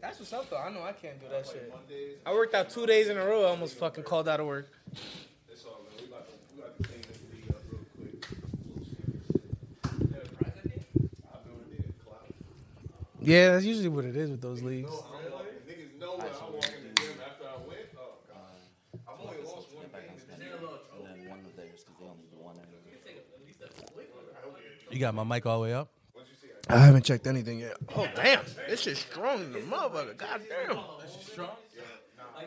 That's what's up though. I know I can't do that shit. I worked out two days in a row. I almost fucking called out of work. It's all good. We about to, we about to clean this league up real quick. I've been with a nigga clout. Yeah, that's usually what it is with those leagues. I don't walk- Niggas know when I walk in the gym after I win. Oh god. I've only lost one game. And then one of theirs because they only do one. You got my mic all the way up? I haven't checked anything yet. Oh damn, this shit's strong in the motherfucker. God damn.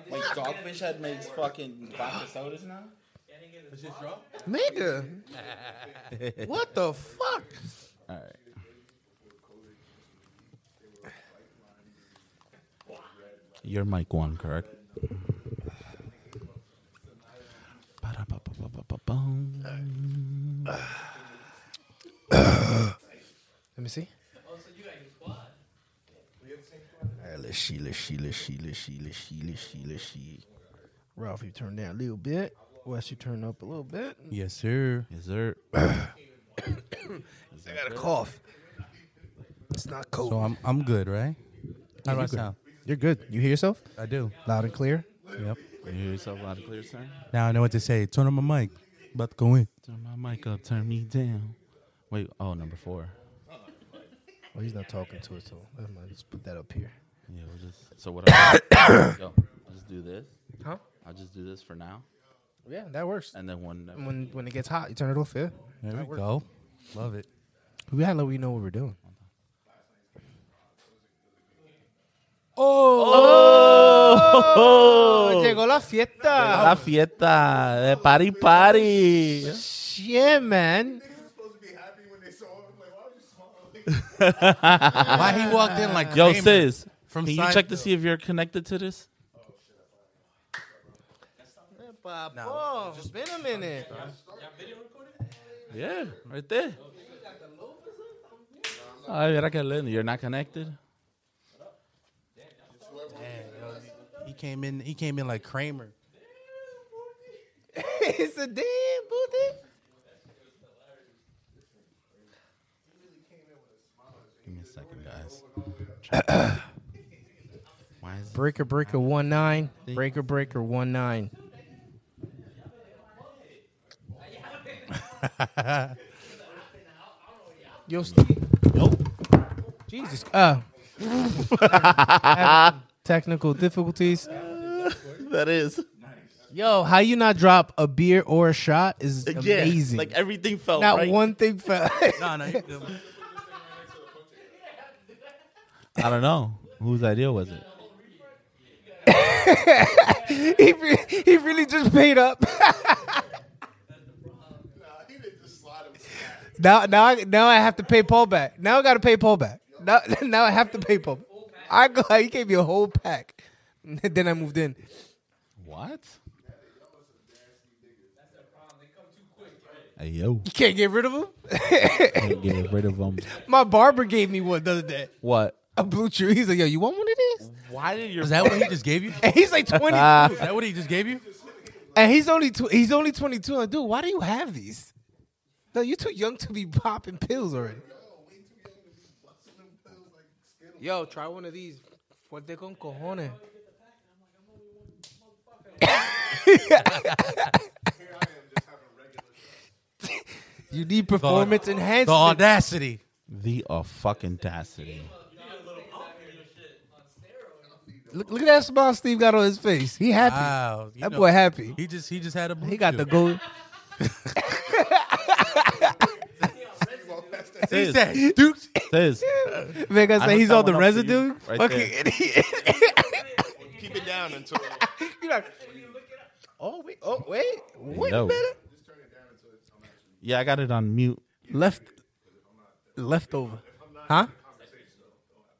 Wait, Dogfish Head makes fucking vodka sodas now? Nigga. what the fuck? All right. Your mic one, correct? Ba-da-ba-ba-ba-ba-boom. Let me see. All right, let's see, let's see, let's see, let's see, let's see, let's see, let's see. Ralph, you turn down a little bit. Wes, you turn up a little bit. Yes, sir. Yes, sir. I got a cough. It's not cold. So I'm I'm good, right? How do I sound? You're good. You hear yourself? I do. Loud and clear. Yep. You hear yourself loud and clear, sir? Now I know what to say. Turn on my mic. About to go in. Turn my mic up, turn me down. Wait, oh, number four. Well, Oh, he's not talking to us, so I might just put that up here. Yeah, we'll just. So what? I, yo, I'll just do this. Huh? I'll just do this for now, Yeah, that works. and then when I'm When when it gets hot, you turn it off. Yeah. There we go. Love it. We gotta let we know what we're doing. Oh! Llegó la fiesta. La fiesta de party party. Yeah, man. Niggas supposed to be happy when they saw him. Like, why would you smile? Why he walked in like Yo, Kramer. sis, From can you check to Seinfeld. see if you're connected to this? Papo, it's been a minute. Yeah, right there. Ay, mira que lindo. You're not connected. He came in. He came in like Kramer. it's a damn booty. Give me a second, guys. Why is Breaker breaker one nine. Breaker breaker one nine. Yo, Steve. Jesus. Uh, having technical difficulties. that is? Yo, how you not drop a beer or a shot is amazing. Like everything felt not right. one thing fell. No, no. you- I don't know whose idea was it. he, re- he really just made up. Nah, he didn't just slide him. Now, now, I, now I have to pay Paul back. Now I got to pay Paul back. Now, now I have to pay Paul. I go. He gave me a whole pack. then I moved in. What? Hey yo, You can't get rid of him. can't get rid of them. My barber gave me one the other day. What? A blue chew. He's like, yo, you want one of these? Why did your Is that what he just gave you? Is And he's like twenty, that what he just gave you? and he's only tw- he's only twenty two. Like, dude, why do you have these? No, you're too young to be popping pills already. Yo, try one of these. Fuerte con cojones. Here I am just having regular. You need performance The enhancement. audacity. the uh, fucking audacity? Look, look at that smile Steve got on his face. He happy. Wow. you that know, boy happy. He just he just had a. Blue He got the chew. gold. He Sis, said, "Dude, sis, Man, I I say hooked he's that on the one up for you, residue. right Fucking there. idiot. Keep it down until. You're like, oh wait, oh wait, wait Yo. a minute. yeah, I got it on mute. Left, leftover, huh?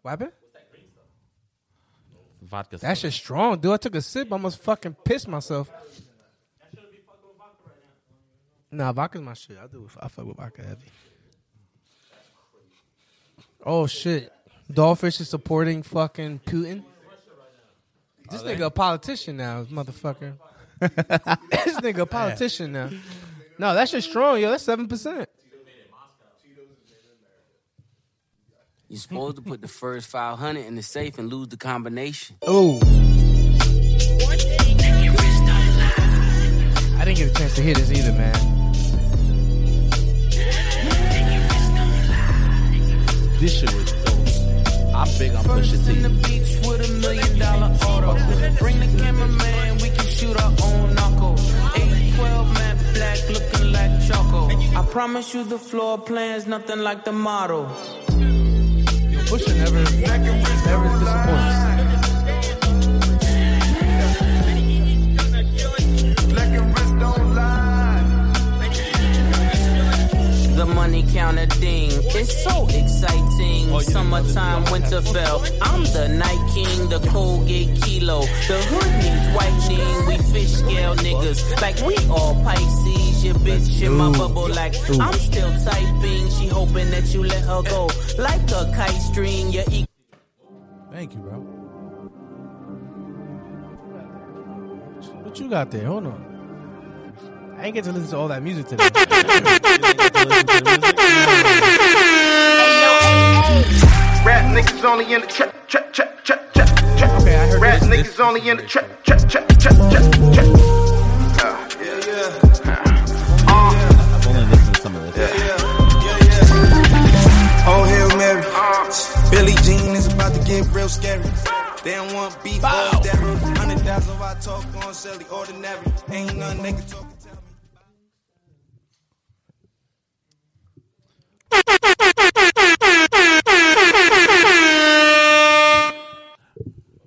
What happened? Vodka. That soda. shit's strong, dude. I took a sip, I almost fucking pissed myself. Nah, vodka's my shit. I do. I fuck with vodka heavy. Oh shit, Dollfish is supporting fucking Putin. This nigga a politician now, motherfucker. this nigga a politician now. No, that shit's strong, yo. That's seven percent. You're supposed to put the first 500 in the safe and lose the combination. Oh. I didn't get a chance to hear this either, man. This shit was dope. I'm big on Pusha in the T. beach with a million dollar auto. Bring the cameraman, we can shoot our own knuckle. 812 matte black looking like choco. I promise you the floor plan's nothing like the model. Yo, Pusha never, never disappoints. The money counter ding. It's so exciting. Summertime, Winterfell. I'm the night king, the Colgate kilo. The hood needs whitening. We fish scale niggas. Like we all Pisces. Your bitch in my bubble. Like I'm still typing. She hoping that you let her go. Like a kite string. Your e- Thank you, bro. What you got there? Hold on. I ain't get to listen to all that music today. Rap niggas only in the trap, trap, trap, trap, trap, trap. Okay, I heard Rap this- niggas only in the trap, trap, trap, trap, trap, trap. Ah, yeah, yeah. Uh, I've only listened to some of this. Oh Hail Mary. Billy Jean is about to get real scary. They don't want beef or dairy. Hundred thousand I talk on silly ordinary. Ain't nothing they can talk and tell me.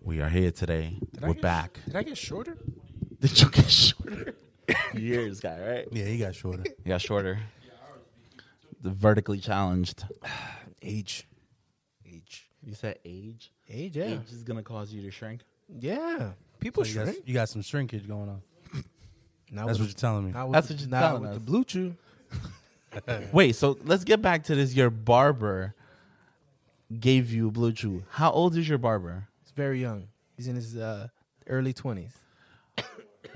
We are here today. We're back. Did I get shorter? Did you get shorter? Years, guy, right? Yeah, he got shorter. Yeah, shorter. The vertically challenged. Age. You said age. Age, yeah. Age is gonna cause you to shrink. Yeah. People You got, shrink. you got some shrinkage going on. Not That's what with- you're telling me. not with That's the- what you're not telling with the us. blue chew. Wait, so let's get back to this. Your barber gave you blue chew. How old is your barber? He's very young. He's in his uh, early 20s.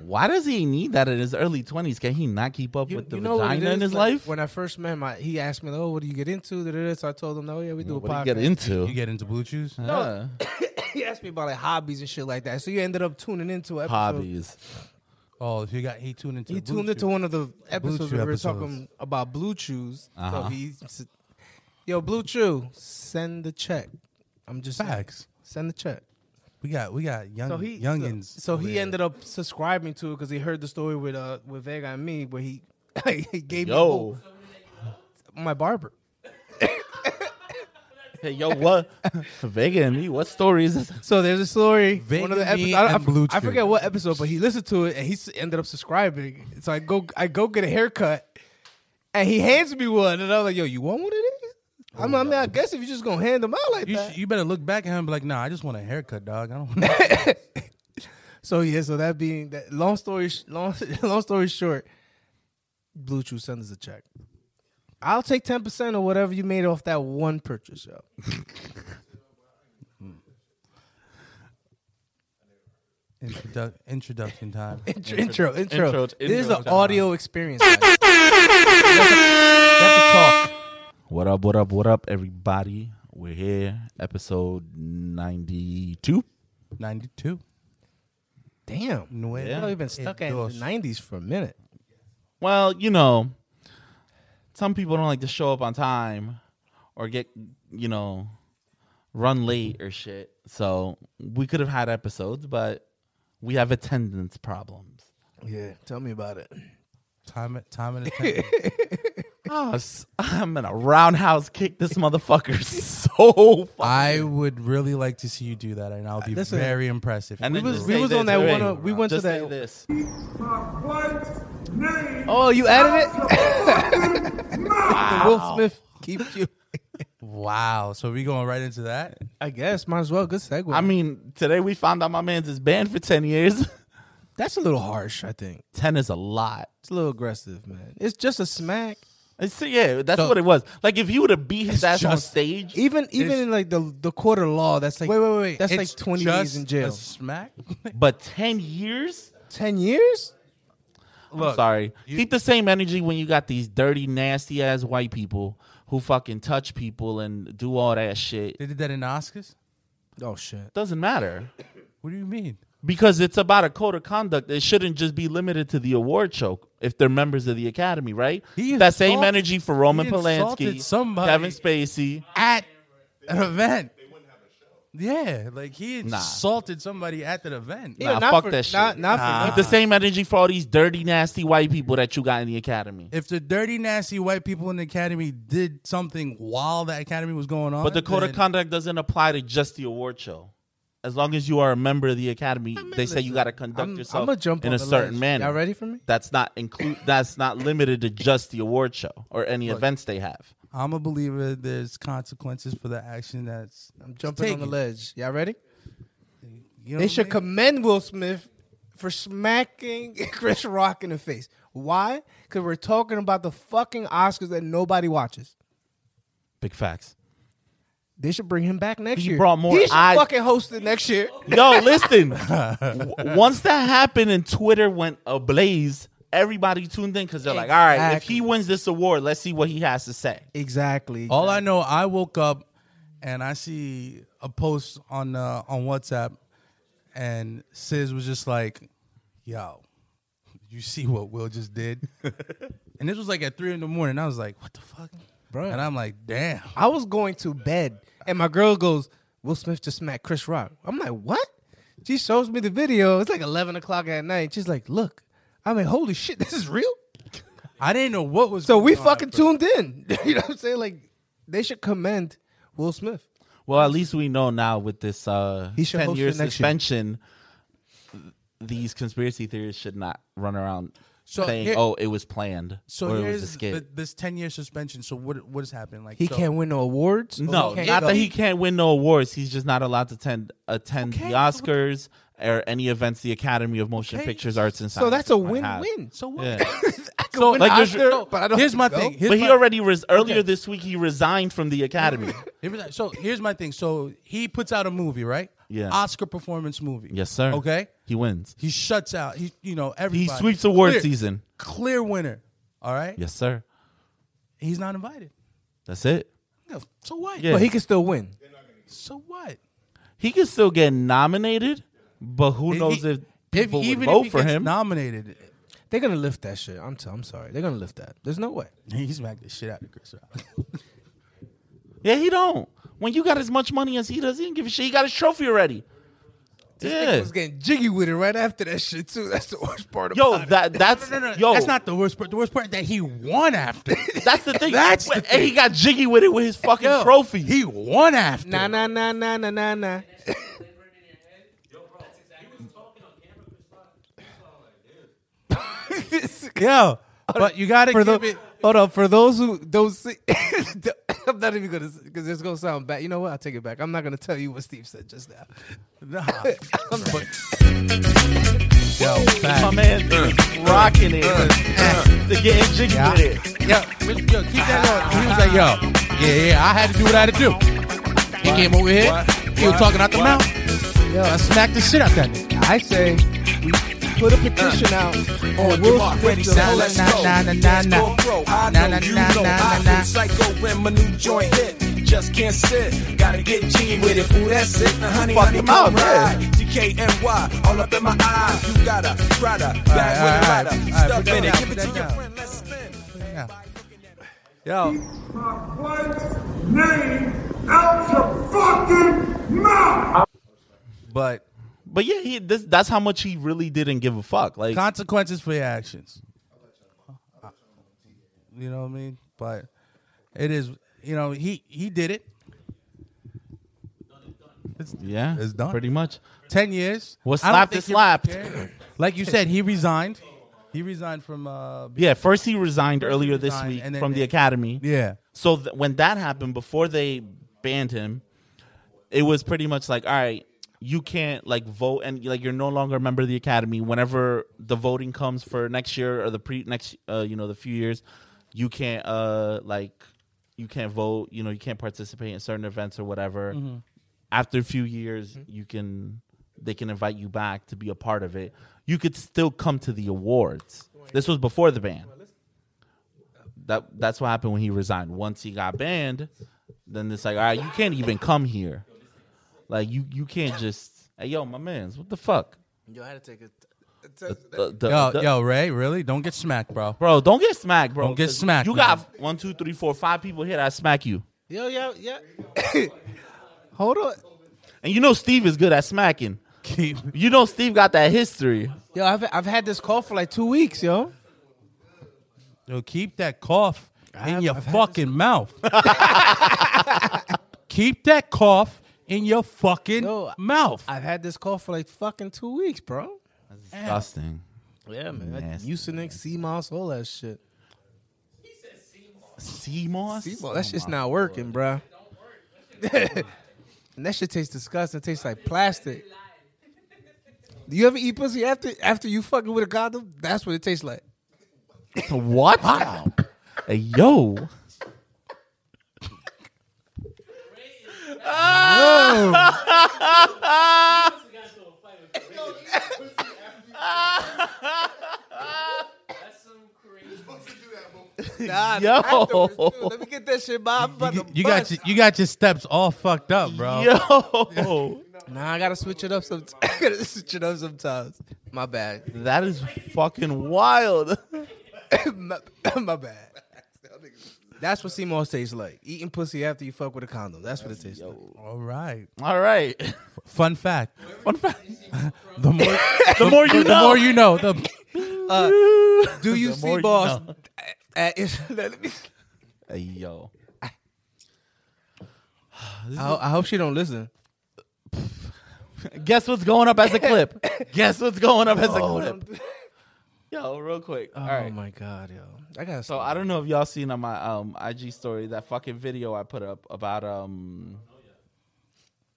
Why does he need that in his early twenties? Can he not keep up with the what it vagina in is? his Like, life? When I first met him, I, he asked me, "Oh, what do you get into?" Da-da-da. So I told him, "Oh yeah, we do a What do podcast." you get into? You get into blue chews? Huh. he asked me about like hobbies and shit like that. So you ended up tuning into an episode. Hobbies. Oh, if you got he tuned into He the blue tuned into chew. one of the episodes Chew where we were episodes. talking about Blue Chews. So Uh-huh. he, s- yo, Blue Chew, send the check. I'm just saying. facts. Send the check. We got we got young So he, youngins. So, so he over ended up subscribing to it because he heard the story with uh with Vega and me, where he he gave Yo. me who- my barber. Hey, yo, what? Vega and me. What story is this? So there's a story. Vega one of the episodes. Meat I, I, and Blue I Chew. forget what episode, but he listened to it and he s- ended up subscribing. So I go, I go get a haircut, and he hands me one, and I'm like, "Yo, you want one of these?" Oh I'm, I mean, I guess if you're just gonna hand them out like You, that. sh- you better look back at him and be like, nah, I just want a haircut, dog. I don't want So Oh, yeah, so that being that, long story, sh- long long story short, Blue Chew send us a check. I'll take ten percent or whatever you made off that one purchase, yo. Introdu- introduction time. Intro, intro, intro. intro- this is intro an time. audio experience. guys. You have to- you have to talk. What up, what up, what up, everybody? We're here, episode 92. 92. Damn. Nueve. I've only been stuck in the dos. 90s for a minute. Well, you know, some people don't like to show up on time or get, you know, run late or shit. So we could have had episodes, but we have attendance problems. Yeah, tell me about it. Time, time and attention. Oh, s- I'm gonna roundhouse kick this motherfucker so fuck. I would really like to see you do that, and I'll be Listen. very impressed if And you then do was- just it. we say was this, on that wait, one, uh, we went to just say that- this. Oh, you added it? The Will Smith keep you. Wow. So we going right into that? I guess. Might as well. Good segue. I mean, today we found out my man's is banned for ten years. that's a little harsh, I think. ten is a lot. It's a little aggressive, man. It's just a smack. It's, yeah, that's So- what it was. Like if you would have beat his ass on just- stage, Even even It's- in like the the court of law, that's like Wait, wait, wait. That's It's like 20 just years in jail. A smack. but ten years. 10 years? Look, Sorry. you- Keep the same energy when you got these dirty, nasty ass white people who fucking touch people and do all that shit. They did that in the Oscars. Oh shit. Doesn't matter What do you mean? because it's about a code of conduct. It shouldn't just be limited to the award show if they're members of the academy, right? He that same insulted- energy for Roman he Polanski, insulted somebody. Kevin Spacey. At an event. Yeah, like he insulted somebody at the event. Nah, not fuck for, that shit. Not, not for Keep the same energy for all these dirty, nasty white people that you got in the academy. If the dirty, nasty white people in the academy did something while the academy was going on, But the code of then- conduct doesn't apply to just the award show. As long as you are a member of the academy, they say you got to conduct I'm, yourself gonna jump in on a the certain ledge. manner. Y'all ready for me? That's not include. that's not limited to just the award show or any events they have. I'm a believer. There's consequences for the action that's I'm jumping on the taken. ledge. Y'all ready? You know They what I should mean? commend Will Smith for smacking Chris Rock in the face. Why? Because we're talking about the fucking Oscars that nobody watches. Big facts. They should bring him back next He year. brought more He should eyes- fucking host it next year. Yo, listen. W- Once that happened and Twitter went ablaze, everybody tuned in because they're like, "All right, if Exactly. he wins this award, let's see what he has to say." Exactly. All I know, I woke up and I see a post on uh, on WhatsApp, and Sis was just like, "Yo, you see what Will just did?" and this was like at three in the morning. I was like, "What the fuck?" Bruh. And I'm like, "Damn." I was going to bed, and my girl goes, "Will Smith just smacked Chris Rock." I'm like, "What?" She shows me the video. It's like 11 o'clock at night. She's like, "Look," I'm like, "Holy shit, this is real." I didn't know what was So we going on. fucking tuned in. you know what I'm saying? Like, they should commend Will Smith. Well, at least we know now with this uh, He should ten host year it next year. suspension, these conspiracy theories should not run around So saying, here- "Oh, it was planned," So or it was a here's skit. th- this ten year suspension. So what what is happening? Like He so- can't win no awards. no, He can't not go. that he can't win no awards. He's just not allowed to attend attend the Oscars or any events the Academy of Motion Okay. Pictures Arts and Science. So that's a might have. win-win. So what? Yeah. I could So, win like, an there's- Oscar, no, but I don't Here's my go. thing. Here's But he my- already res- earlier this week he resigned from the Academy. Here we go. So here's my thing. So he puts out a movie, right? Yeah. Oscar performance movie. yes, sir. Okay. he wins. He shuts out. He you know everybody. He sweeps award Clear- season. Clear winner. All right. Yes, sir. He's not invited. That's it. Yeah, So what? Yeah. But he can still win. So what? He could still get nominated, but who knows he- if people if, would even vote if he for gets him? Nominated. They're gonna lift that shit. I'm t- I'm sorry. They're gonna lift that. There's no way. He smacked the shit out of Chris Rock. yeah, he don't. When you got as much money as he does, he didn't give a shit. He got his trophy already. I Yeah. was getting jiggy with it right after that shit too. That's the worst part of Yo, that that's yo, That's not the worst part. The worst part that he won after. that's the thing. That's the and he got jiggy with it with his fucking Yo, trophy. He won after. Nah, nah, nah, nah, nah, nah, nah. Yo. But you gotta For give the, it. hold up, for those who don't see, I'm not even gonna because it's gonna sound bad. You know what? I'll take it back. I'm not gonna tell you what Steve said just now. Nah. I'm not- Yo, My facts. man Uh, rocking it. to getting jiggy with it. Yo, yo, keep that on. He was like, yo, yeah, yeah, I had to do what I had to do. He came over here. He was talking out the mouth. Yo, I smacked the shit out that nigga. I say, we put a petition out on Will Smith. to Now, let- let's go. Nah, nah, nah, nah. I Nah, know nah, you nah, know nah, I nah, nah. been psycho when my new joint hit. Just can't sit. Gotta get G with it. Ooh, that's it. Now, honey, Fuck honey, him up, my yeah. ride. DKNY, all up in my eyes. You got a rider, back alright, alright, alright, put with a rider. Stuff that in it, down, give it put that to your down. friend, let's spin. Yo, my wife's name out your fucking mouth. but But yeah, he this that's how much he really didn't give a fuck. Like consequences for your actions. You know what I mean? But it is, you know, he he did it. yeah, It's done. pretty much. Ten years. What I don't slapped think is he- slapped. Like you said, he resigned. He resigned from. uh Yeah, first he resigned earlier this resigned, week and then from the they- academy. Yeah. So th- when that happened, before they banned him, it was pretty much like, all right, you can't like vote, and like you're no longer a member of the academy. Whenever the voting comes for next year or the pre next, uh, you know, the few years, you can't uh like you can't vote. You know, you can't participate in certain events or whatever. After a few years, you can they can invite you back to be a part of it. You could still come to the awards. This was before the ban that that's what happened when he resigned. Once he got banned, then it's like, all right, you can't even come here. Like you you can't just hey yo, my man's what the fuck? Yo, I had to take a. The- the- Yo, the- yo, Ray, really? Don't get smacked, bro. Bro, don't get smacked, bro. Don't get 'cause smacked, You got one, two, three, four, five people here that smack you. Yo, yo, Oh, yeah. Hold on. And you know Steve is good at smacking. You know Steve got that history. Yo, I've I've had this call for like two weeks, yo. Yo, keep that cough in have- your I've had fucking mouth. keep that cough in your fucking Yo, mouth. I've had this call for like fucking two weeks, bro. Disgusting. Yeah, man. Nasty, Mucinex, CMOS, all that shit. Seamoss? That's just not working, bro. and that shit tastes disgusting. It tastes like plastic. Do you ever eat pussy after after you fucking with a condom? That's what it tastes like. What? Hey, yo. Nah, Yo. afterwards, dude, let me get that shit, Bob. I'm about You, to you got bust. your, you got your steps all fucked up, bro. Yo. Nah, I gotta switch it up. Some I gotta switch it up sometimes. My bad. That is fucking wild. my, my bad. That's what CMOS tastes like. Eating pussy after you fuck with a condom. That's what it tastes like. All right. All right. Fun fact. Fun fact. The more The more you the know. more you know, the Uh, Do you The see more you boss? know. at- at- let me- Hey, yo. I, ho- I hope she don't listen. Guess what's going up as a clip? Guess what's going up as a clip? Yo, real quick. All Oh right. my god, yo! I gotta. So I don't know if y'all seen on my um IG story that fucking video I put up about um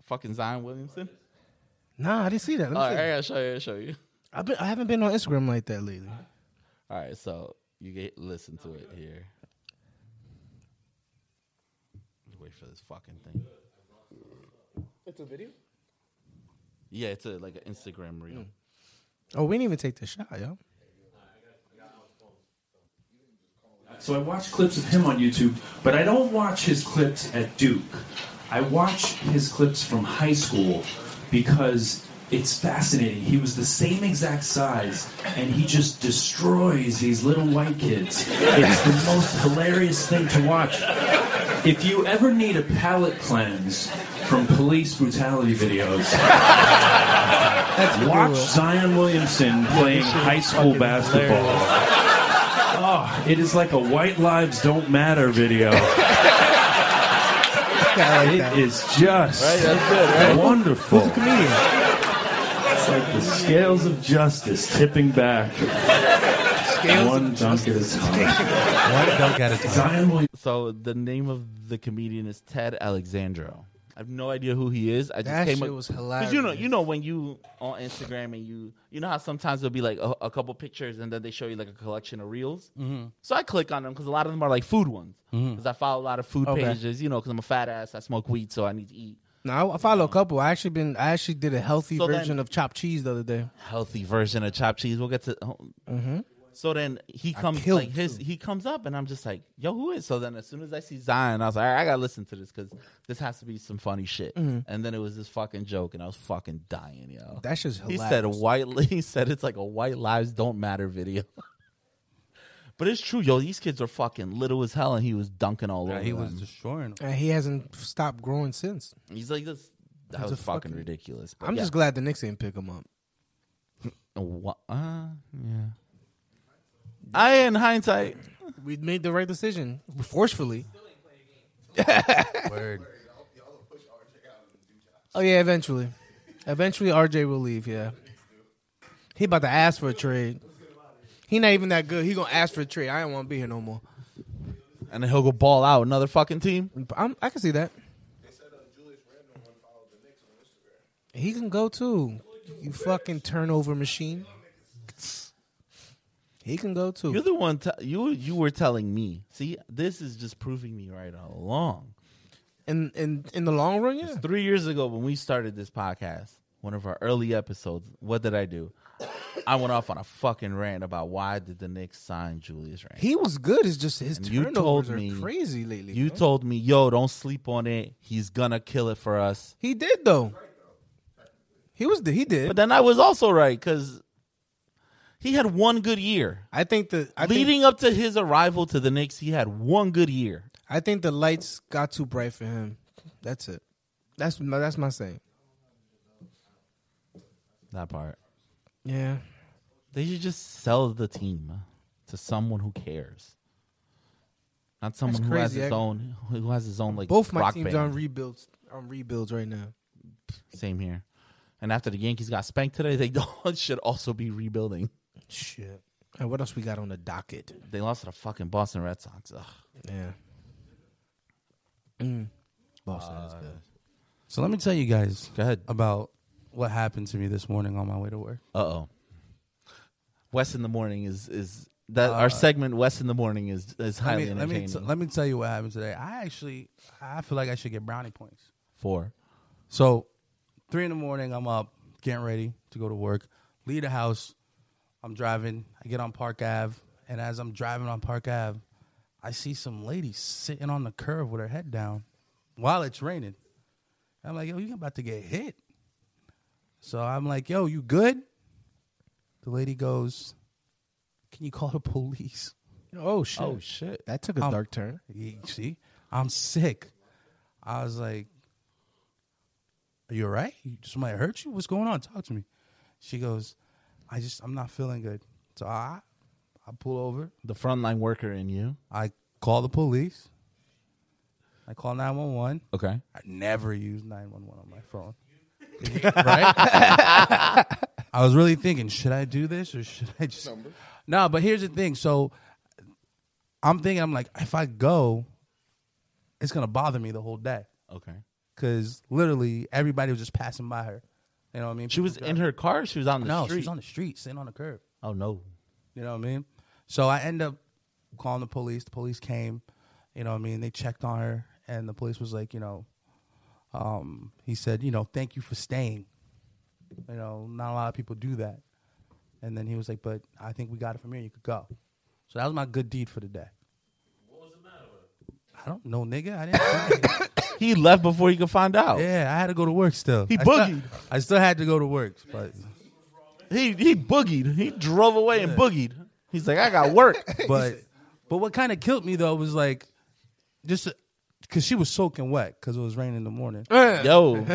fucking Zion Williamson. Nah, I didn't see that. Let me All right, see. I gotta show you. I'll show you. I've been, I haven't been on Instagram like that lately. All right, so you get listen to it here. Wait for this fucking thing. It's a video. Yeah, it's a, like an Instagram reel. Oh, we didn't even take the shot, yo. So I watch clips of him on YouTube, but I don't watch his clips at Duke. I watch his clips from high school because it's fascinating. He was the same exact size, and he just destroys these little white kids. It's the most hilarious thing to watch. If you ever need a palate cleanse from police brutality videos, watch Zion Williamson playing high school basketball. Oh, it is like a White Lives Don't Matter video. It is just Mm. wonderful. It's like the scales of justice tipping back. One dunk at a time. don't get it. Zion Williamson. So the name of the comedian is Ted Alexandro. I have no idea who he is. I just That came shit up- was 'Cause You know, hilarious. you know when you on Instagram and you, you know how sometimes there'll be like a, a couple pictures and then they show you like a collection of reels. Mm-hmm. So I click on them because a lot of them are like food ones. Because I follow a lot of food Okay. pages. You know, because I'm a fat ass. I smoke weed, so I need to eat No, I, I follow a couple. I actually been. I actually did a healthy So then- version of chopped cheese the other day. healthy version of chopped cheese. We'll get to. oh. So then he comes Mm-hmm. killed like his he comes up and I'm just like, yo, who is? So then as soon as I see Zion, I was like, all right, I gotta listen to this because this has to be some funny shit. Mm-hmm. And then it was this fucking joke, and I was fucking dying, yo. That shit's he hilarious. said a white li- he said it's like a white lives don't matter video. but it's true, yo. These kids are fucking little as hell, and he was dunking all over. He was them. destroying them. and he hasn't stopped growing since. He's like this. That was a fucking fucking- ridiculous. But I'm yeah. just glad the Knicks didn't pick him up. What? Uh, yeah. I in hindsight. We made the right decision forcefully. Word. Oh yeah, eventually, eventually RJ will leave. Yeah, he about to ask for a trade. He not even that good. He gonna ask for a trade. I don't want to be here no more. and then he'll go ball out another fucking team. Mm-hmm. I'm, I can see that. He can go too. You fucking turnover machine. He can go You're too. the one. T- you you were telling me. See, this is just proving me right along. In in in the long run, yeah. Three years ago, when we started this podcast, one of our early episodes, what did I do? I went off on a fucking rant about why did the Knicks sign Julius Randle. He was good. It's just his And you turnovers told are me- crazy lately. You bro. told me, yo, don't sleep on it. He's gonna kill it for us. he did though. He was he did. But then I was also right because he had one good year. I think the I think, Leading up to his arrival to the Knicks, he had one good year. I think the lights got too bright for him. That's it. That's my, that's my saying. That part. Yeah. They should just sell the team to someone who cares. Not someone who has crazy, his I- own who has his own like Both my rock teams band. are on rebuilds on rebuilds right now. Same here. And after the Yankees got spanked today, they don't- should also be rebuilding. Shit. And what else we got on the docket? They lost to the fucking Boston Red Sox. Ugh. Yeah. Mm. Boston is good. So let me tell you guys Go Um, ahead. about what happened to me this morning on my way to work. Uh oh. West in the morning is is that Uh, our segment West in the morning is is Let highly me, let, entertaining. me t- let me tell you what happened today. I actually I feel like I should get brownie points. Four. So, three in the morning, I'm up, getting ready to go to work. Leave the house. I'm driving. I get on Park Ave, and as I'm driving on Park Ave, I see some lady sitting on the curb with her head down while it's raining. I'm like, yo, you about to get hit. So I'm like, yo, you good? The lady goes, can you call the police? Oh shit. Oh shit. That took a Um, dark turn. You see, I'm sick. I was like, Are you all right? You- Somebody hurt you? What's going on? Talk to me. She goes, I just, I'm not feeling good. So I, I pull over. The frontline worker in you. I call the police. I call 911. Okay. I never use 911 on my phone. right? I was really thinking, should I do this or should I just. No, but here's the thing. So I'm thinking, I'm like, if I go, it's going to bother me the whole day. Okay. Because literally everybody was just passing by her. You know what I mean? She Oh, was in her car. or She was on the No, street. she was on the street, sitting on the curb. oh no. You know what I mean? So I end up calling the police. The police came. You know what I mean? They checked on her, and the police was like, you know, um, he said, you know, thank you for staying. You know, not a lot of people do that. And then he was like, but I think we got it from here. You could go. So that was my good deed for the day. What was the matter with I don't know, nigga. I didn't. He left before he could find out. yeah, I had to go to work still. He I still- boogied. I still had to go to work, but He he boogied. He drove away and boogied. He's like, I got work. but but what kind of killed me though was like just because she was soaking wet because it was raining in the morning. Yo.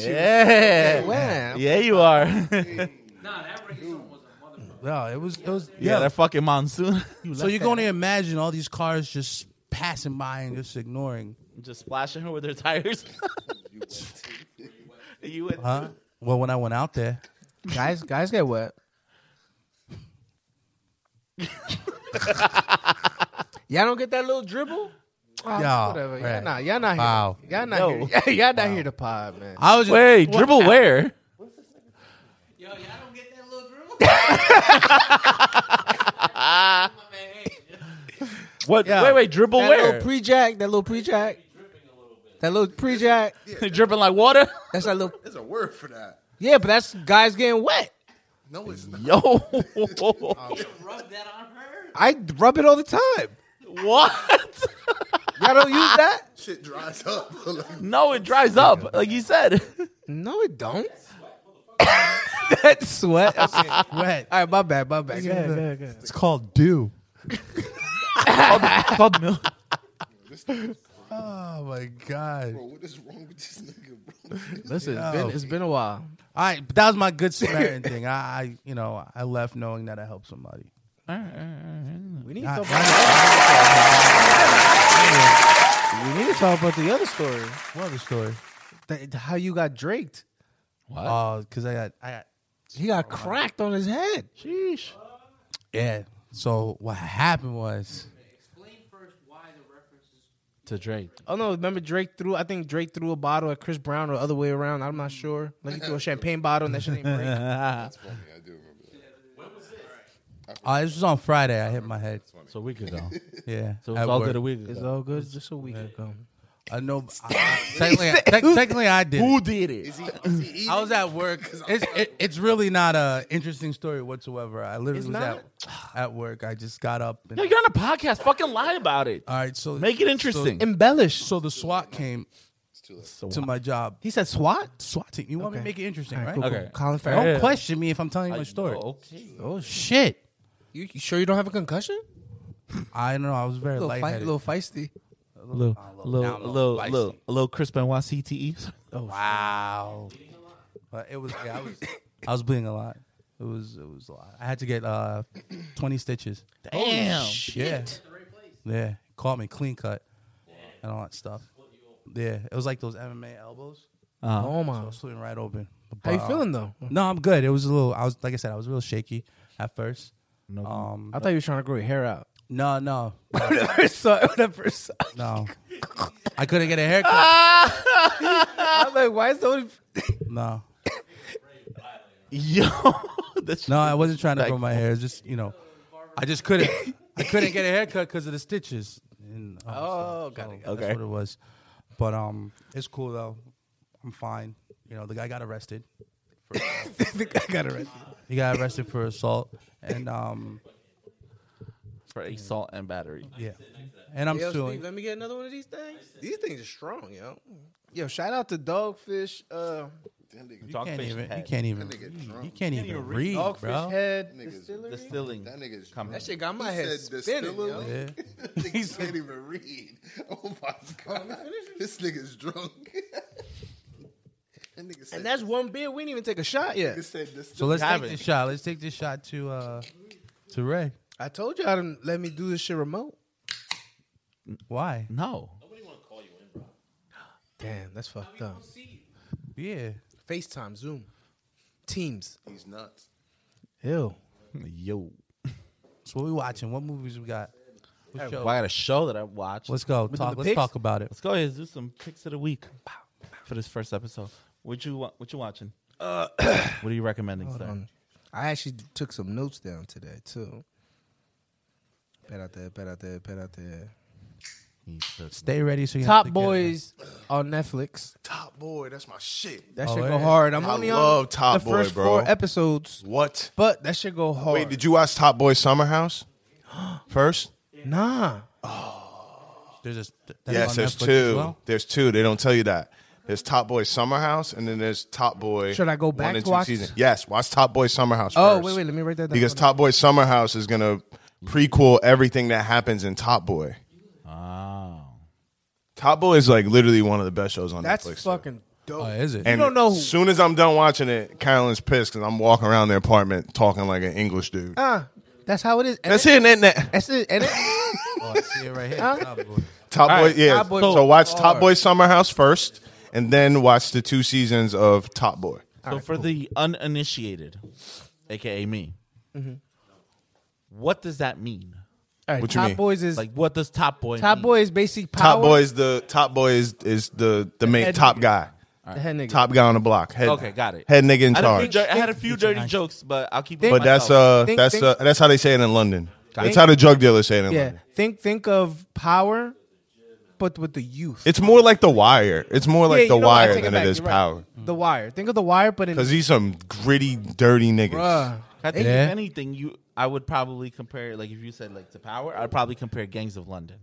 yeah. Wow. Yeah, you are. Nah, that rainstorm was a motherfucker. No, it was it was yeah, yeah. that fucking monsoon. so you're going to imagine all these cars just passing by and just ignoring, Just splashing her with her tires. you went. huh? Well, when I went out there, guys guys get wet. y'all don't get that little dribble? Ah, Y'all, whatever. Y'all right. not, y'all not here. Wow. Y'all not Yo. here. Y'all not here to pod, man. I was just, Wait, dribble where? Yo, y'all don't get that little dribble? What? Yeah. Wait, wait, dribble that where? little pre jack, that little pre jack. That little pre jack. dripping like water. That's that little There's a word for that. Yeah, but that's guys getting wet. No, it's not. Yo, Rub that on her? I rub it all the time. what? Y'all don't use that? Shit dries up. No, it dries up, like you said. No, it don't. That's sweat. Okay. All wet. right, my bad, my bad. Go ahead, go ahead, go ahead. It's called dew. Called milk. Oh my god! All what is wrong with this nigga, bro? Listen, it's Yo. been, it's been a while. right, but that was my good Samaritan thing. I, I, you know, I left knowing that I helped somebody. We need, Not- to talk about, we need to talk about the other story. What other story? That- how you got draked. What? Oh, because I got, I got He got cracked on his head. Sheesh. Yeah. So what happened was Explain first why the references. To Drake. Oh no! Remember Drake threw? I think Drake threw a bottle at Chris Brown or other way around. I'm not sure. Like he threw a champagne bottle and that shit ain't break. That's funny. I do remember that. uh, this was on Friday. I hit my head. So a week ago. Yeah. So it's at all work. good a week ago. It's all good. Just a week ago. I know. I- technically, tec- technically, I did. it. did it? I was at work. It's it, it's really not a interesting story whatsoever. I literally was at, at work. I just got up. And, No, you're on a podcast. Fucking lie about it. all right, so Make it interesting. Embellish. So, so the SWAT came to my job. he said SWAT. SWAT team. You want me to Okay. make it interesting, All right? right, cool, cool. Okay. Colin Farrell. Don't question me if I'm telling you my story. Okay. Oh sh- Shit. you, you sure you don't have a concussion? I don't know. I was very A little, fight, lightheaded. little feisty. Little, now little, I'm a little, little little, little Chris Benoit CTE. Wow. But it was yeah, I was I was bleeding a lot. It was it was a lot. I had to get uh twenty stitches. Damn. Shit. Yeah. yeah. Caught me clean cut and all that stuff. Yeah. It was like those MMA elbows. oh So I my. was slitting right open. How you But, uh, feeling though? No, I'm good. It was a little I was like I said, I was real shaky at first. No. Um I thought you were trying to grow your hair out. no, no, when I first saw it, when I first saw it, no. I couldn't get a haircut. I was like, why is so? No. Yo, that's No, I wasn't trying to grow my hair. It's just you know, I just couldn't. I couldn't get a haircut because of the stitches. And, Oh, so- got it, so got it. Okay. That's what it was. But um, it's cool though. I'm fine. You know, the guy got arrested. I got it right. He got arrested for assault, and um, for assault and battery. yeah, and I'm Yo, suing. Steve, let me get another one of these things. These things are strong, yo. Yo, shout out to Dogfish, uh, You Dogfish can't even. You head. can't even. That nigga read. drunk. You can't even read, Dogfish bro. Head Niggas- Distillery. Distilling. That nigga's Come That on. shit got my He head said spinning, yo. distillery. Yeah. He can't even read. Oh my god, this nigga's drunk. that nigga said, And that's one beer. We didn't even take a shot yet. nigga said this. So let's Have take it. this shot. Let's take this shot to uh, to Ray. I told you I didn't let me do this shit remote. Why? No. Damn, that's fucked up. Yeah. FaceTime, Zoom, Teams. He's nuts. Ew. Yo. So what we watching? What movies we got? What show? Well, I got a show that I watched. Let's go. Talk. the Let's pics? talk about it. Let's go ahead and do some picks of the week Pow, pow. for this first episode. What you wa- what you watching? what are you recommending, sir? I actually took some notes down today too. Bet out there, bet out there, bet out there. Stay ready so you have Top to get- Boys on Netflix. Top boy, that's my shit. That Oh, should yeah. go hard. I'm I only on love Top the Boy, first bro. four episodes, What? but that should go hard. Wait, did you watch Top Boy Summer House first? nah, There's a that's yes, on there's Netflix as two. well? There's two. They don't tell you that. There's Top Boy Summer House, and then there's Top Boy. Should I go back one and to two watch- season. Yes, watch Top Boy Summer House. Oh, first. wait, wait, let me write that down. Because Hold Top Boy Summer House is gonna prequel everything that happens in Top Boy. Oh. Top Boy is like literally one of the best shows on that's Netflix. too. fucking dope. Oh, is it? And don't know who- As soon as I'm done watching it, Carolyn's pissed because I'm walking around their apartment talking like an English dude. Ah, eh, that's how it is. And That's it, isn't it? That's it. And it, oh, I see it right here. Top Boy. Top Boy, yeah. Top Boy so watch hard. Top Boy Summer House first, and then watch the two seasons of Top Boy. So for the uninitiated, aka me, what does that mean? All right, What you Top mean? Boys is Like, what does Top Boy? Top mean? Boy is basic power. Top Boy is the Top Boy is, is the the main head top nigga. guy, the head nigga. top guy on the block. Head, Okay, got it. Head nigga in I had, a few, charge. dir- I had a few dirty jokes, but I'll keep. it But that's myself. uh Think- that's think- uh, that's how they say it in London. Think- That's how the drug dealers say it in Yeah, London. think think of power, but with the youth. It's more like The Wire. It's more like Yeah, you The know what? I Wire take than back. it is You're right. Power. The Wire. Think of the Wire, but in Cause he's some gritty, dirty niggas. Bruh. I think Yeah. if anything, you I would probably compare like if you said like to Power, I'd probably compare Gangs of London.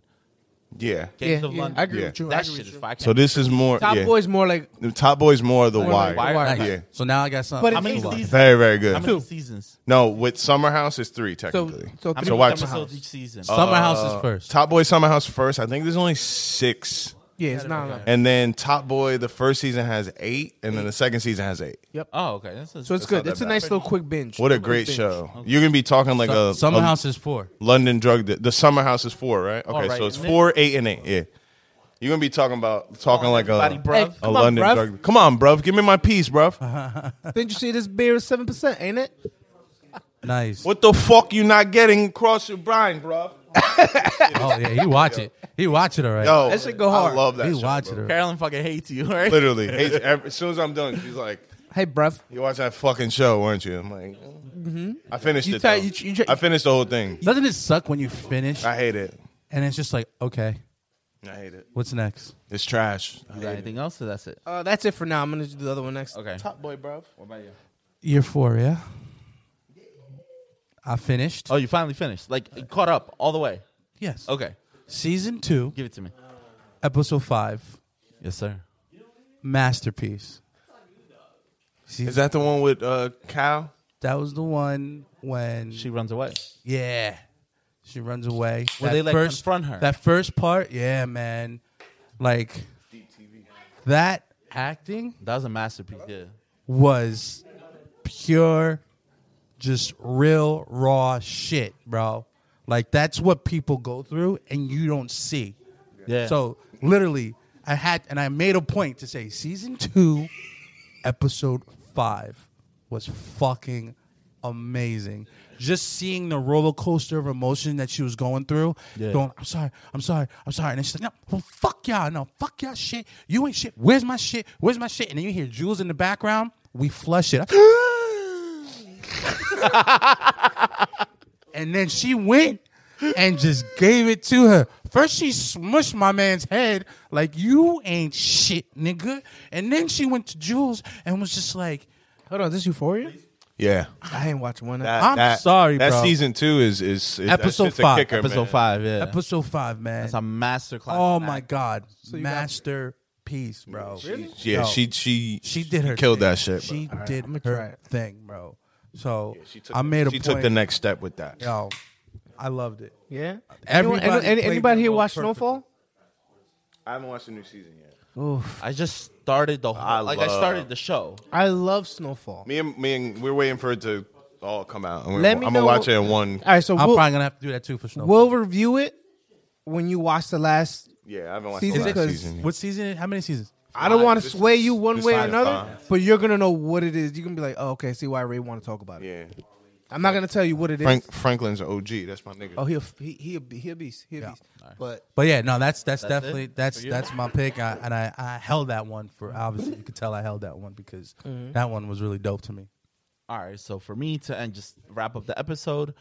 Yeah. yeah, Gangs of yeah, London. I agree Yeah. with you. I That agree shit with is you. fire. So this is more Top yeah. Boy's more like The Top Boy's more The like Wire. The Wire. Nice. Yeah. So now I got something. But how it many is- seasons? Very, very How many good. seasons? No, with Summer House is three technically. so How three many watch- episodes each season? Summer House is first. Uh, Top Boy Summer House first. I think there's only six. yeah, it's not like And then Top Boy, the first season has eight, and then the second season has eight. oh, okay. That's a, so. It's That's not good. that It's a bad. nice little quick binge. What a Quick great binge. show. You're gonna be talking like a, Summer a House is four. London drug. de- the Summer House is four, right? Okay, right, so it's and then- four, eight, and eight. Yeah. You're gonna be talking about talking like everybody, a, bruv. a Come on, London bruv. drug. Come on, bruv. Give me my piece, bruv. Didn't you see this beer is seven percent? Ain't it? Nice. What the fuck you not getting across your brine, bruv? Oh yeah, he watch it. He watch it already. Yo, That shit go I hard. love that. he show, watch bro. it already. Carolyn fucking hates you, right? Literally, hates every, as soon as I'm done, she's like, Hey, bruv. "You watch that fucking show, weren't you?" I'm like, "I finished Mm-hmm. You it. try- though. you tr- you try- I finished the whole thing. Doesn't it suck when you finish I hate it. and it's just like okay, I hate it. What's next? It's trash. I You hate got it. anything else? Or that's it. Uh, that's it for now. I'm gonna do the other one next. Okay. Top boy, bro. What about you? Year four, yeah. I finished. Oh, you finally finished. Like you caught up all the way. yes. Okay, Season two, give it to me. episode five, Yes, sir. masterpiece. Is that the one with uh, Cal? That was the one when She runs away. Yeah. She runs away. Where That they, like, confront her. That first part, yeah, man. Like that acting That was a masterpiece. Yeah. was pure, just real raw shit, bro. Like that's what people go through and you don't see. Yeah. So literally, I had and I made a point to say season two, episode five was fucking amazing. Just seeing the roller coaster of emotion that she was going through. Yeah. Going, I'm sorry, I'm sorry, I'm sorry. And then she's like, no, well, fuck y'all, no, fuck y'all shit. You ain't shit. Where's my shit? Where's my shit? And then you hear Jules in the background. We flush it. and then she went and just gave it to her. First, she smushed my man's head like you ain't shit, nigga. And then she went to Jules and was just like, Hold on, is this Euphoria? Yeah. I ain't watching one. That- I'm that- sorry, That bro. season two is is, is Episode that's just a five. kicker, Episode man. five. Yeah. "Episode five, man. That's a master class. oh in my acting. god, masterpiece, bro. Yeah, No. she she She did her killed thing. that shit. bro. She did I'ma try her it. thing, bro. So She took I the- made a she point. took the next step with that. Yo, I loved it. Yeah. Anyone- any- Everybody any- played anybody that here role watch perfectly. Snowfall? I haven't watched the new season yet. I just started the whole. I like I love- started the show. I love Snowfall. Me and me and we're waiting for it to all come out. And we're, Let me I'm gonna know- watch it in one. All right, so I'm we'll, probably gonna have to do that too for Snowfall. we'll review it when you watch the last. Yeah, I haven't watched Season- the last because- season. Yet. what season? How many seasons? I don't want to This- sway you one this way or line is another, fine. but you're gonna know what it is. You can be like, oh, okay, I see why Ray want to talk about it. Yeah, I'm not gonna tell you what it is. Frank Franklin's an OG. That's my nigga. Oh, he'll he he a be- he a beast. He a beast. But But yeah, no, that's That's that's, it definitely for that's you? that's my pick, I, and I, I held that one for obviously you could tell I held that one because Mm-hmm. that one was really dope to me. All right, so for me to end, just wrap up the episode,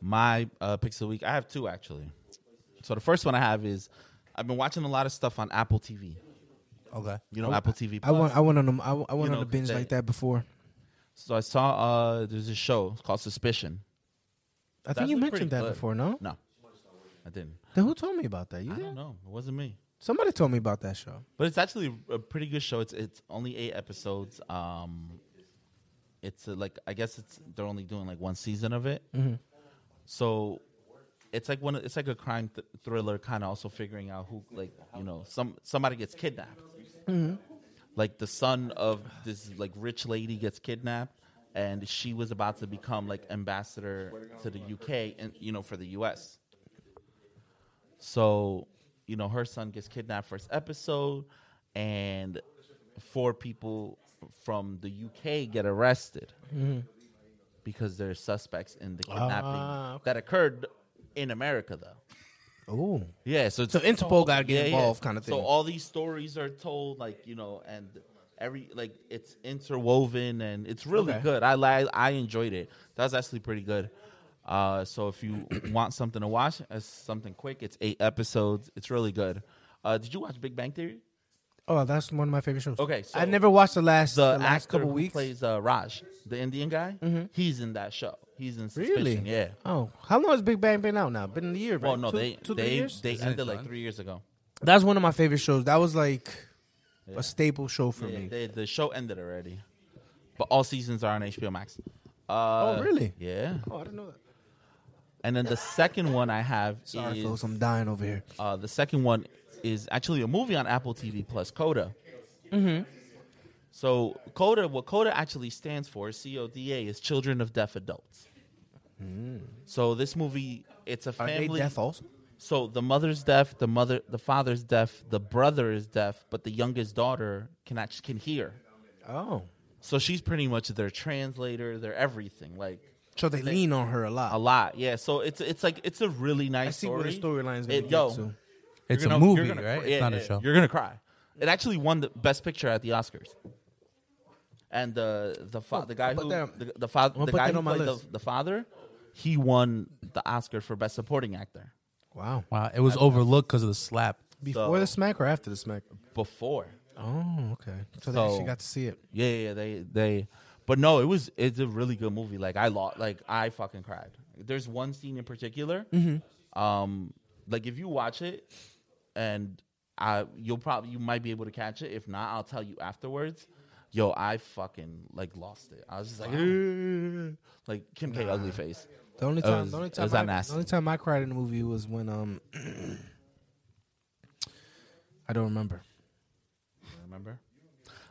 my uh, picks of the week, I have two actually. So the first one I have is I've been watching a lot of stuff on Apple TV. Okay, You know, Apple TV. I went I went on a, I, went- I went You on know, a binge they- like that before. So I saw uh, there's a show called Suspicion. I That think you looked mentioned pretty that good. before, no? No, I didn't. Then who told me about that? You I did? don't know. It wasn't me. Somebody told me about that show. But it's actually a pretty good show. It's it's only eight episodes. Um, it's uh like I guess it's they're only doing like one season of it. So it's like one. It's like a crime th- thriller, kind of also figuring out who like you know some somebody gets kidnapped. Like the son of this like rich lady gets kidnapped, and she was about to become like ambassador to the UK and you know for the US. So, you know, her son gets kidnapped first episode, and four people from the UK get arrested Mm-hmm. because they're suspects in the kidnapping Ah, okay. that occurred in America, though. Oh, Yeah, so it's, so Interpol got to Oh, yeah, get yeah. involved, kind of thing. So all these stories are told, like you know, and every like it's interwoven and it's really Okay. good. I li- I enjoyed it. That was actually pretty good. Uh, so if you want something to watch, it's something quick. It's eight episodes. It's really good. Uh, did you watch Big Bang Theory? oh, that's one of my favorite shows. Okay, I so never watched the last The, the, last actor couple who weeks. Mm-hmm. plays uh, Raj, the Indian guy. He's in that show. He's in Suspicion. Really? Yeah. Oh, how long has Big Bang been out now? Been a year, right? Well, no, Two- they two, three they years? they ended like three years ago. That's one of my favorite shows. That was like a staple show for Yeah, me. they, the show ended already, but all seasons are on HBO Max. Uh, Oh, really? Yeah. oh, I didn't know that. And then the second one I have Sorry, folks, is I'm dying over here. uh, the second one is actually a movie on Apple TV plus Coda. Mm-hmm. So Coda, what Coda actually stands for, C O D A, is Children of Deaf Adults. So this movie, it's a Mm. Are family. they deaf also? So the mother's deaf, the mother, the father's deaf, the brother is deaf, but the youngest daughter can actually can hear. Oh, So she's pretty much their translator, their everything, like so they, lean on her a lot. a lot. Yeah. So it's it's like it's a really nice. I see where the story. storyline's It- going to yo, go to. it's You're a gonna- movie, you're gonna right? cry. it's Yeah, not yeah, a show. You're gonna cry. It actually won the best picture at the Oscars. And the the fa- the guy put who that- the, the, fa- gonna the put guy that who on my played the, list. the father, he won the Oscar for best supporting actor. Wow. Wow, it was overlooked because of the slap. Before the smack or after the smack? Before. Oh, okay. So, they actually got to see it. Yeah, yeah, yeah, they they but no, it was it's a really good movie. Like I lost like I fucking cried. There's one scene in particular. Mhm. Um like if you watch it and I you'll probably you might be able to catch it. If not, I'll tell you afterwards. Yo, I fucking like lost it. I was just like like Kim K ugly face. The only It time, was- the only it time, was I, Uh, that nasty. the only time I cried in a movie was when um, I don't remember. Remember?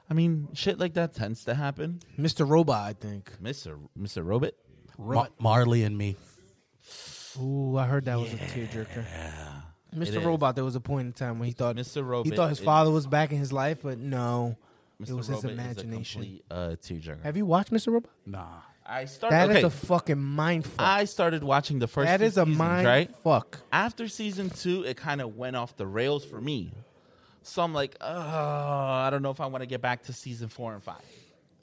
I mean, shit like that tends to happen. Mr. Robot, I think. Mr. Mr. Robot. Robot. Marley and me. Ooh, I heard that was a tearjerker. It Mr. is. Robot, there was a point in time when he thought Mr. Robot he thought his is- father was back in his life, but no, Mr. it was his Robot is a imagination. complete, uh, tearjerker. Have you watched Mr. Robot? Nah. I started. That is okay. a fucking mind fuck. I started watching the first. That two is a seasons, mind right? fuck. After season two, it kind of went off the rails for me. So I'm like, oh, I don't know if I want to get back to season four and five.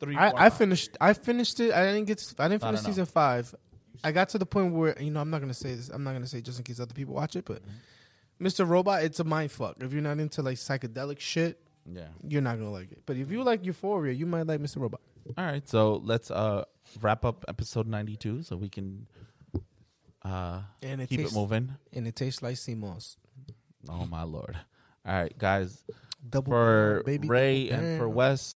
Three. four, I, I five. finished. I finished it. I didn't get. to- I didn't I finish don't know. season five. I got to the point where you know I'm not gonna say this. I'm not gonna say just in case other people watch it, but Mm-hmm. Mr. Robot, it's a mind fuck. If you're not into like psychedelic shit, Yeah. you're not gonna like it. But if you like Euphoria, you might like Mr. Robot. All right. So let's uh, wrap up episode 92 so we can uh, And it keep tastes- it moving. And it tastes like sea moss. Oh my lord! All right, guys. Double for down, baby, Ray double and for down. Wes,